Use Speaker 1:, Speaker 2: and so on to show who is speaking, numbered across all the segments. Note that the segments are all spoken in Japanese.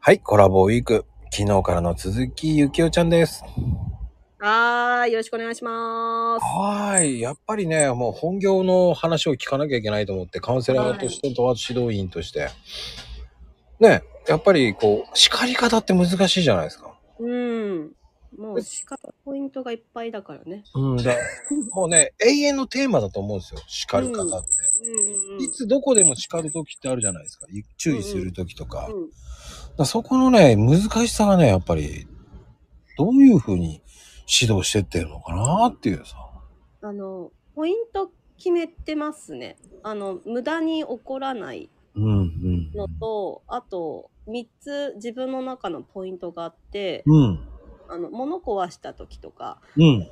Speaker 1: はい、コラボウィーク。昨日からの続き、ゆきおちゃんです。
Speaker 2: はーい、よろしくお願いします。
Speaker 1: はーい。やっぱりね、もう本業の話を聞かなきゃいけないと思って、カウンセラーとしてと、あと指導員として。ね、やっぱりこう、叱り方って難しいじゃないですか。
Speaker 2: うん。もう仕方、ポイントがいっぱいだからね。
Speaker 1: うんで、もうね、永遠のテーマだと思うんですよ。叱る方って。
Speaker 2: うん
Speaker 1: いつどこでも叱る時ってあるじゃないですか。注意する時とか。
Speaker 2: うんう
Speaker 1: だ
Speaker 2: ん。
Speaker 1: からそこのね、難しさがね、やっぱり、どういうふうに指導してってるのかなっていうさ。
Speaker 2: あの、ポイント決めてますね。あの、無駄に怒らない
Speaker 1: うんうん
Speaker 2: のと、あと、3つ自分の中のポイントがあって、
Speaker 1: うん。
Speaker 2: あの、物壊した時とか、
Speaker 1: うん。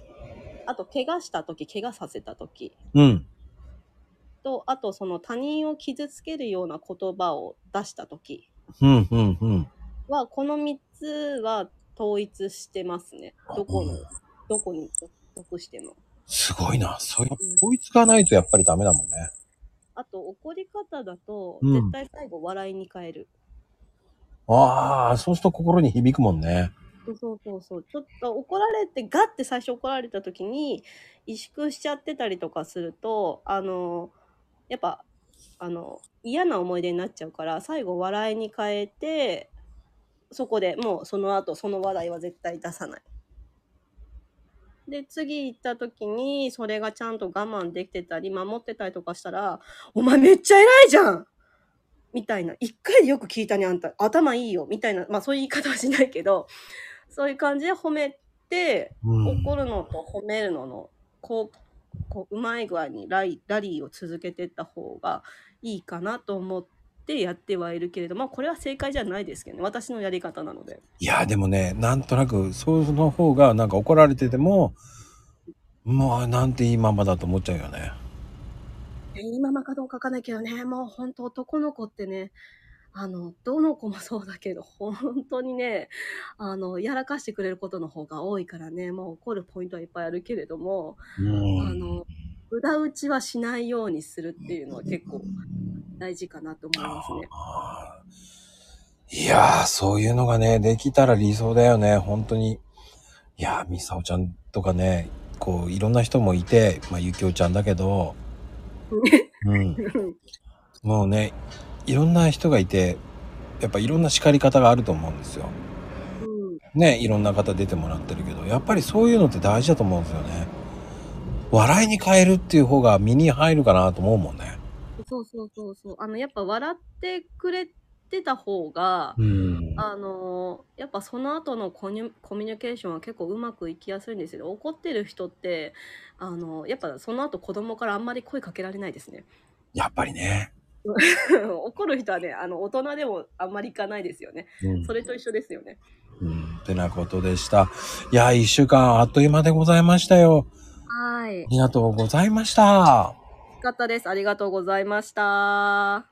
Speaker 2: あと、怪我した時、怪我させた時
Speaker 1: うん。
Speaker 2: と、あと、その他人を傷つけるような言葉を出した時
Speaker 1: うん。うん。うん。
Speaker 2: は、この3つは統一してますね。どこのどこに属しても。
Speaker 1: すごいな。それ、こいつがないとやっぱりダメだもんね。
Speaker 2: あと、怒り方だと、
Speaker 1: うん
Speaker 2: 絶対最後笑いに変える。
Speaker 1: ああ、そうすると心に響くもんね。
Speaker 2: そうそうそう。ちょっと怒られて、ガッて最初怒られた時に、萎縮しちゃってたりとかすると、あの、やっぱ、あの、嫌な思い出になっちゃうから、最後笑いに変えて、そこでもうその後、その話題は絶対出さない。で、次行った時に、それがちゃんと我慢できてたり、守ってたりとかしたら、お前めっちゃ偉いじゃんみたいな。一回でよく聞いたね、あんた。頭いいよ。みたいな。まあそういう言い方はしないけど、そういう感じで褒めて、
Speaker 1: うん
Speaker 2: 怒るのと褒めるのの、こう、こう、うまい具合にライラリーを続けてった方がいいかなと思ってやってはいるけれど、まあこれは正解じゃないですけどね。私のやり方なので。
Speaker 1: いや、でもね、なんとなく、そうの方が、なんか怒られてても、もう、なんていいママだと思っちゃうよね。
Speaker 2: いいままかどうかわかんないけどね、もう本当男の子ってね、あの、どの子もそうだけど、本当にね、あの、やらかしてくれることの方が多いからね、もう怒るポイントはいっぱいあるけれども、
Speaker 1: う
Speaker 2: あ
Speaker 1: ん。
Speaker 2: の、無駄打ちはしないようにするっていうのは結構大事かなと思いますね。
Speaker 1: あーいやー、そういうのがね、できたら理想だよね、本当に。いやー、みさおちゃんとかね、こう、いろんな人もいて、まあ、ゆきおちゃんだけど、うん。もうね、いろんな人がいて、やっぱいろんな叱り方があると思うんですよ。
Speaker 2: うん、
Speaker 1: ね、いろんな方出てもらってるけど、やっぱりそういうのって大事だと思うんですよね。笑いに変えるっていう方が身に入るかなと思うもんね。
Speaker 2: そうそうそうそう。あの、やっぱ笑ってくれてた方が、
Speaker 1: うん
Speaker 2: あのーやっぱその後のコミュコミュニケーションは結構うまくいきやすいんですけど怒ってる人って、あのーやっぱその後子供からあんまり声かけられないですね
Speaker 1: やっぱりね。
Speaker 2: 怒る人はねあの大人でもあんまりいかないですよね
Speaker 1: うん
Speaker 2: それと一緒ですよね
Speaker 1: うん、てなことでした。いやー、一週間あっという間でございましたよ。
Speaker 2: はい
Speaker 1: ありがとうございました。
Speaker 2: よかったですありがとうございました